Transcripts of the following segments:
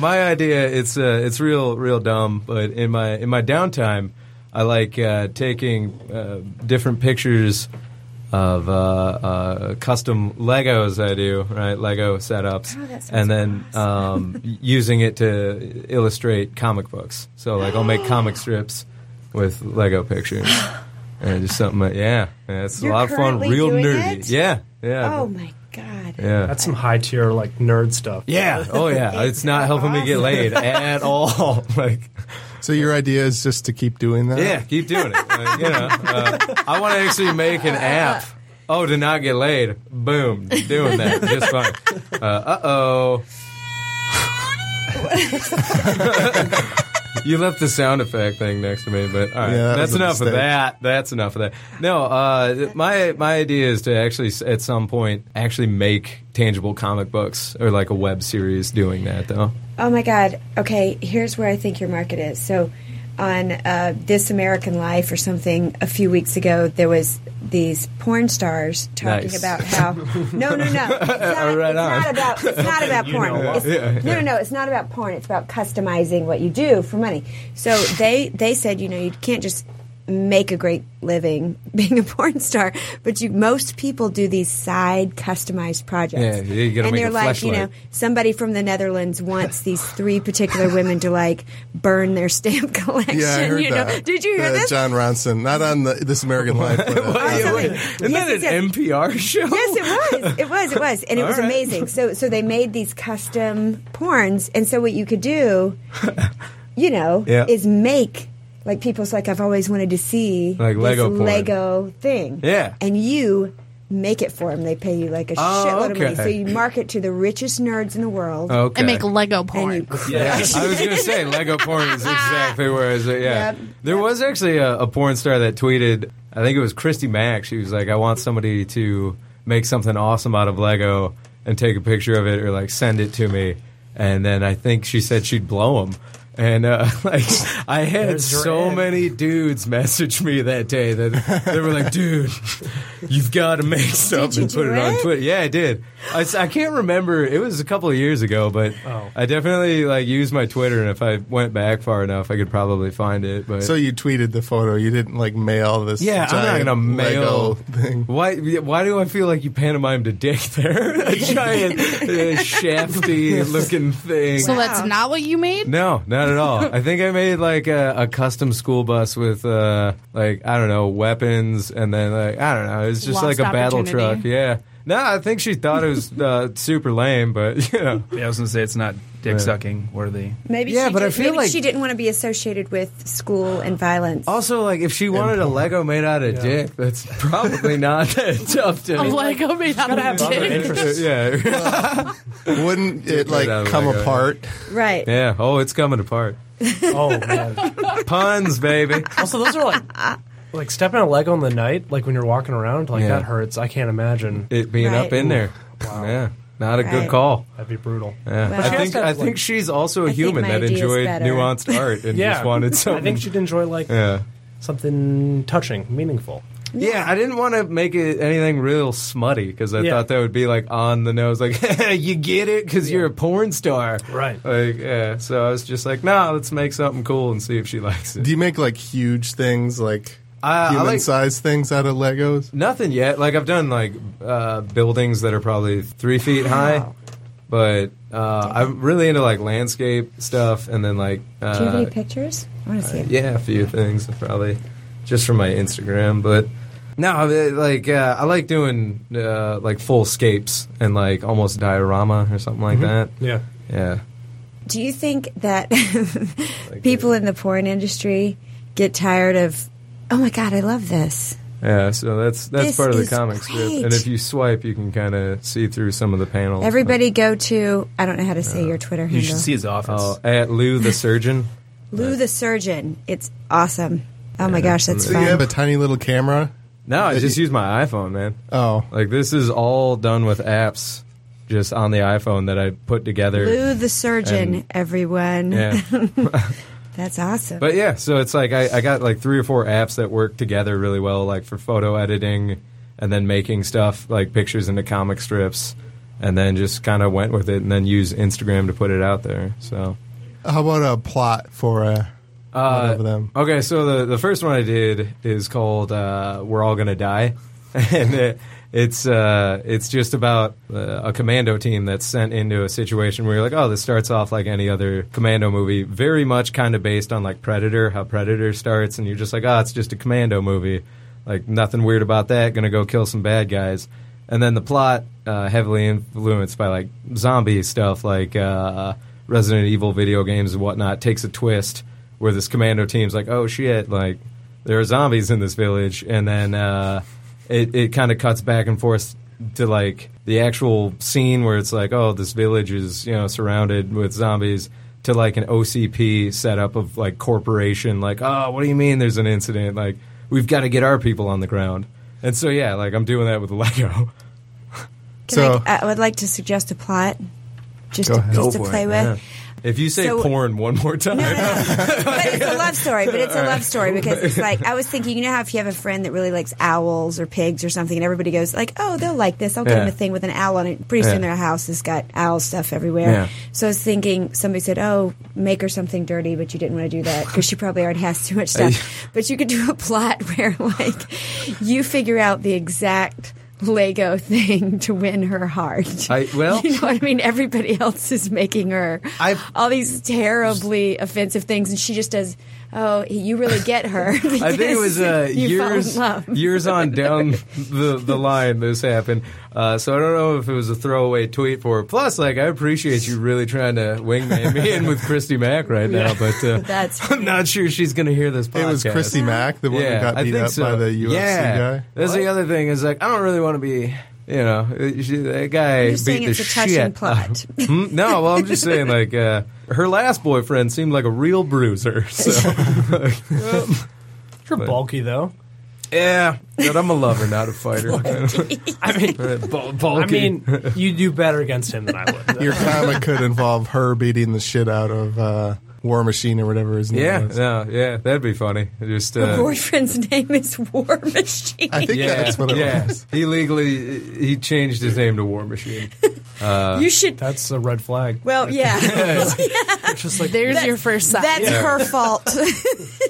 My idea it's uh, it's real real dumb, but in my in my downtime, I like uh, taking uh, different pictures of uh, uh, custom Legos I do, right? Lego setups, Oh, that sounds and then um, using it to illustrate comic books. So like I'll make comic strips with Lego pictures. And just something, like, yeah, yeah, it's You're a lot of fun, currently real doing nerdy, it? yeah, yeah, Oh my god. yeah. That's some high tier like nerd stuff. Yeah. Oh, yeah. It's not helping me get laid at all. Like, So your idea is just to keep doing that? yeah, keep doing it. Like, you know, uh, I want to actually make an app. Oh, to not get laid. Boom, doing that just fine. Uh oh. You left the sound effect thing next to me, but all right, Yeah, that that's was a enough of mistake. that. That's enough of that. No, uh, my my idea is to actually s- at some point actually make tangible comic books or like a web series doing that though. Oh my God. Okay, here's where I think your market is. So, on uh, This American Life or something a few weeks ago, there was these porn stars talking Nice. about how no, no, no, it's not, Right it's on. not about it's not about You porn. know what? It's- No, no, no, it's not about porn. It's about customizing what you do for money. So they they said, you know, you can't just make a great living being a porn star, but you most people do these side customized projects Yeah, you gotta and make they're a like, you fleshlight. know, somebody from the Netherlands wants these three particular women to like burn their stamp collection. Yeah, I heard you know, that. did you hear Uh, this? John Ronson, not on the, This American Life. But, uh, Wait, Awesome. wait. Isn't Yes, that yes. an NPR show? Yes, it was. It was. It was, and it All was right. amazing. So, so they made these custom porns, and so what you could do, you know, Yeah. is make like people's like I've always wanted to see Like this Lego porn. Lego thing. Yeah. and you. Make it for them. They pay you like a Oh, shitload of money. okay. Oh, So you market to the richest nerds in the world, Okay. and make Lego and porn. you I was going to say Lego porn is exactly where I was. At. Yeah, Yep. there was actually a, a porn star that tweeted. I think it was Christy Mack. She was like, "I want somebody to make something awesome out of Lego and take a picture of it, or like send it to me." And then I think she said she'd blow him. And uh, like, I had There's your so ad. many dudes message me that day that they were like, "Dude, you've got to make something you and put do it, on it? Twitter." Yeah, I did. I, s- I can't remember. It was a couple of years ago, but Oh. I definitely like used my Twitter, and if I went back far enough, I could probably find it. But so you tweeted the photo. You didn't like mail this. yeah, I'm not giant gonna mail. Lego thing. Why? Why do I feel like you pantomimed a dick there? a giant, uh, shafty looking thing. So that's Wow. not what you made. no, not at all. I think I made like a, a custom school bus with uh, like I don't know weapons, and then like I don't know. It's just like Lost a battle truck. opportunity. Yeah. No, I think she thought it was uh, super lame, but you know. Yeah, I was gonna say it's not dick sucking worthy. Maybe Yeah, she but I did- feel maybe like- she didn't want to be associated with school and violence. Also, like if she wanted a Lego made out of dick, that's probably not that tough to. A Lego made out of have other dick. interests. yeah, Wouldn't it like out of come Lego, apart? right. yeah. Oh, it's coming apart. Oh man. Puns, baby. also, those are like like stepping on a Lego in the night, like when you're walking around, like Yeah. that hurts. I can't imagine. It being Right. up in there. Yeah, not a good Right. call. That'd be brutal. Yeah. Well, I She think has to I have, think like- she's also a think human my that idea is enjoyed better. nuanced art and Yeah. just wanted I something. think she'd enjoy like yeah. something touching, meaningful. Yeah, I didn't want to make it anything real smutty because I Yeah. thought that would be like on the nose, like you get it because you're a porn star, Right. Like, yeah. So I was just like, nah, let's make something cool and see if she likes it. Do you make like huge things, like Uh, I human like- sized things out of Legos? Nothing yet. Like I've done like uh, buildings that are probably three feet high, but uh, I'm really into like landscape stuff and then like Do you have uh, any pictures? I want to see it. yeah, a few things probably just from my Instagram. But no, I mean, like uh, I like doing uh, like full scapes and like almost diorama or something like that. Mm-hmm. Yeah. Yeah. Do you think that people in the porn industry get tired of? Oh my God, I love this. Yeah, so that's that's This part of the is comic strip, great. and if you swipe, you can kind of see through some of the panels. Everybody go to. I don't know how to say your Twitter handle. You should see his office. oh, at Lou the surgeon. Lou the Surgeon. It's awesome. Oh my gosh, that's So you have fun. a tiny little camera. No, I just use my iPhone, man. Oh, Like this is all done with apps, just on the iPhone that I put together. Lou the Surgeon, And- everyone. Yeah, That's awesome. but yeah, so it's like I, I got like three or four apps that work together really well, like for photo editing and then making stuff like pictures into comic strips and then just kind of went with it, and then used Instagram to put it out there. So. How about a plot for a Uh, one of them? Okay, so the, the first one I did is called uh, "We're All Gonna Die," and it, it's uh, it's just about uh, a commando team that's sent into a situation where you're like, oh, this starts off like any other commando movie, very much kind of based on like Predator, how Predator starts, and you're just like, oh, it's just a commando movie, like nothing weird about that. Gonna go kill some bad guys, and then the plot uh, heavily influenced by like zombie stuff, like uh, Resident Evil video games and whatnot, takes a twist where this commando team's like, oh shit, like there are zombies in this village, and then uh, it it kind of cuts back and forth to like the actual scene where it's like, oh, this village is you know surrounded with zombies. To like an OCP setup of like corporation, like, oh, what do you mean there's an incident? Like, we've got to get our people on the ground. And so, yeah, like, I'm doing that with Lego. Can So- I, I would like to suggest a plot just Go to, ahead. just Go to for it, play Yeah. with. If you say So- porn one more time, but it's a love story. But it's a love story because it's like I was thinking. You know how if you have a friend that really likes owls or pigs or something, and everybody goes like, "Oh, they'll like this. I'll give Yeah. them a thing with an owl on it." Pretty soon, Yeah. their house has got owl stuff everywhere. Yeah. So I was thinking somebody said, "Oh, make her something dirty," but you didn't want to do that because she probably already has too much stuff. but you could do a plot where like you figure out the exact. Lego thing to win her heart. I- well- you know what I mean. Everybody else is making her I've- all these terribly offensive things, and she just does. Oh, you really get her. I think it was uh, you fall in years love. years on down the the line this happened. Uh, so I don't know if it was a throwaway tweet for. Plus, like I appreciate you really trying to wingman me in with Christy Mack right now, but uh, That's I'm not sure she's going to hear this. It Podcast. was Christy Mack, the one who got I beat think up so. by the UFC yeah. guy. That's the other thing is like I don't really want to be. You know, uh, she, that guy You're just saying beat the it's a touching shit. plot. out- Hmm? No, well, I'm just saying like uh, her last boyfriend seemed like a real bruiser. So You're bulky though. yeah, but I'm a lover, not a fighter. I mean, I mean, you do better against him than I would. Your comic could involve her beating the shit out of uh, War Machine or whatever his name yeah, was. no, yeah, that'd be funny. Just Her uh, boyfriend's name is War Machine. I think yeah, that's what it yeah. was. He legally he changed his name to War Machine. you should. That's a red flag. Well, yeah, It's just like There's your first sign. that's her fault.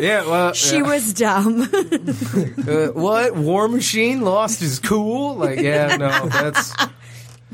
Yeah, well, she was dumb. uh, what War Machine lost his cool? Like, yeah, no, that's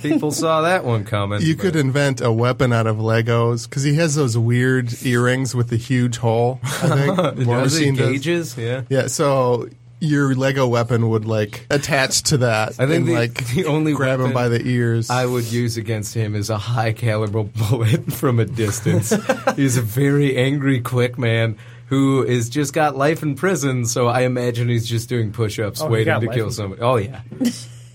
people saw that one coming. You but- could invent a weapon out of Legos because he has those weird earrings with the huge hole. I think War Does it Machine does. gauges? Yeah. Yeah, so your Lego weapon would like attach to that. I think and, the- like the only grab him weapon by the ears. I would use against him is a high caliber bullet from a distance. he's a very angry, quick man who is just got life in prison. So I imagine he's just doing push-ups, Oh, he waiting got to life kill in somebody. Oh yeah,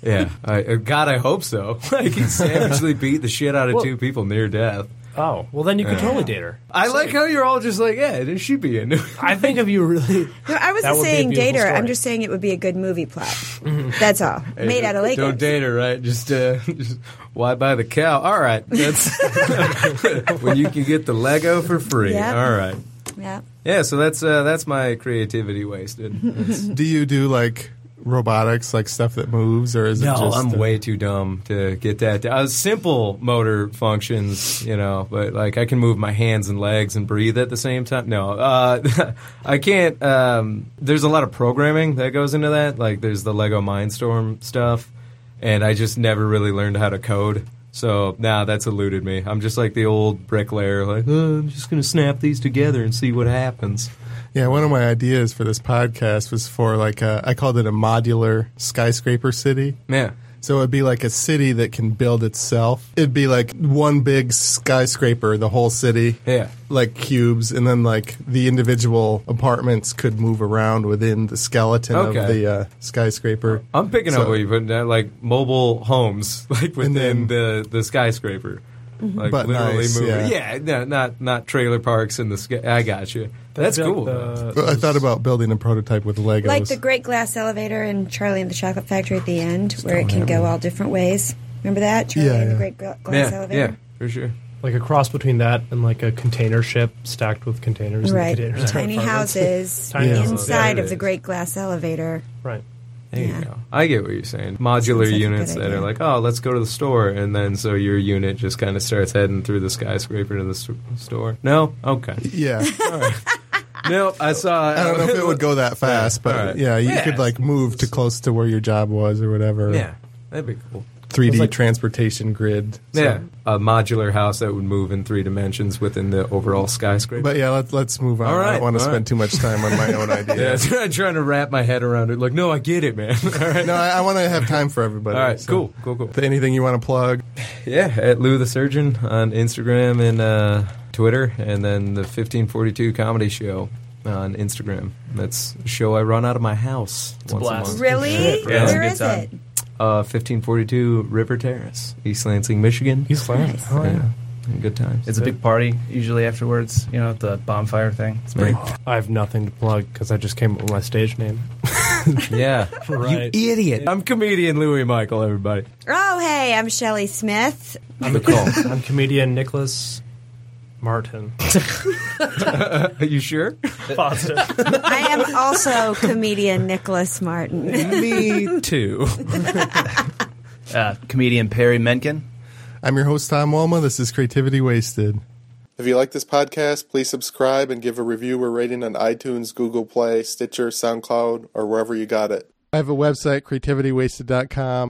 yeah. I, uh, God, I hope so. like he savagely beat the shit out of Well- two people near death. oh, well then you could totally date her. I like how you're all just like, yeah, it should be into it. I think if you really No, I That wasn't would be a saying beautiful date her. I'm story. just saying it would be a good movie plot. That's all. Made out of Legos. Don't date her, right? Just, uh, just why buy the cow? All right, that's when you can get the Lego for free. Yep. All right. Yeah. Yeah, so that's uh, that's my creativity wasted. It's- do you do like robotics, like stuff that moves, or is it no, just? Oh, I'm uh, way too dumb to get that. down. Uh, simple motor functions, you know, but like I can move my hands and legs and breathe at the same time. No, uh, I can't. Um, there's a lot of programming that goes into that. Like there's the Lego Mindstorm stuff, and I just never really learned how to code. So now that's eluded me. I'm just like the old bricklayer, like "Oh, I'm just gonna snap these together and see what happens. Yeah, one of my ideas for this podcast was for like a, I called it a modular skyscraper city. Yeah. So it'd be like a city that can build itself. It'd be like one big skyscraper, the whole city. Yeah. Like cubes, and then like the individual apartments could move around within the skeleton of Okay. the uh, skyscraper. I'm picking up So- what you're putting down, like mobile homes, like within then- the, the skyscraper, like But literally nice, moving. yeah. no, not not trailer parks in the sky. I got you. That's built cool. the- But I thought about building a prototype with Legos. Like the Great Glass Elevator in Charlie and the Chocolate Factory at the end, where it can go all different ways. Remember that? Charlie Yeah, and the yeah. Great Gla- Glass yeah, yeah, Elevator? for sure. like a cross between that and like a container ship stacked with containers. Right. And containers Tiny houses Tiny Yeah. houses. inside Yeah. of the Great Glass Elevator. Right. There Yeah. you go. I get what you're saying. Modular Seems like a units good that idea. are like, oh, let's go to the store, and then so your unit just kind of starts heading through the skyscraper to the s- store. No, okay. Yeah. no, I saw. I don't know if it would go that fast, but Alright. yeah, you Yeah. could like move to close to where your job was or whatever. Yeah, that'd be cool. Three D It's like- transportation grid. So- Yeah, a modular house that would move in three dimensions within the overall skyscraper. But yeah, let's let's move on. All I right, don't want to all spend right. too much time on my own yeah, idea. I'm trying to wrap my head around it. Like, no, I get it, man. All right, No, I, I want to have time for everybody. all right, so- cool, cool, cool. Anything you want to plug? Yeah, at Lou the Surgeon on Instagram and uh, Twitter, and then the 1542 Comedy Show on Instagram. That's a show I run out of my house once blast. a month. Really? Yeah, that's a Where good is time. it? Uh, 1542 River Terrace, East Lansing, Michigan. He's flying. Nice. Oh, yeah. Good times. It's a big party usually afterwards. You know, at the bonfire thing. It's pretty. I have nothing to plug because I just came up with my stage name. yeah. Right. You idiot. I'm comedian Louis Michael, everybody. Oh, hey, I'm Shelley Smith. I'm Nicole. I'm comedian Nicholas Martin. Are you sure? Positive. I am also comedian Nicholas Martin. Me too. Uh, comedian Perry Menken. I'm your host, Tom Walma. This is Creativity Wasted. If you like this podcast, please subscribe and give a review or rating on iTunes, Google Play, Stitcher, SoundCloud, or wherever you got it. I have a website, creativitywasted.com,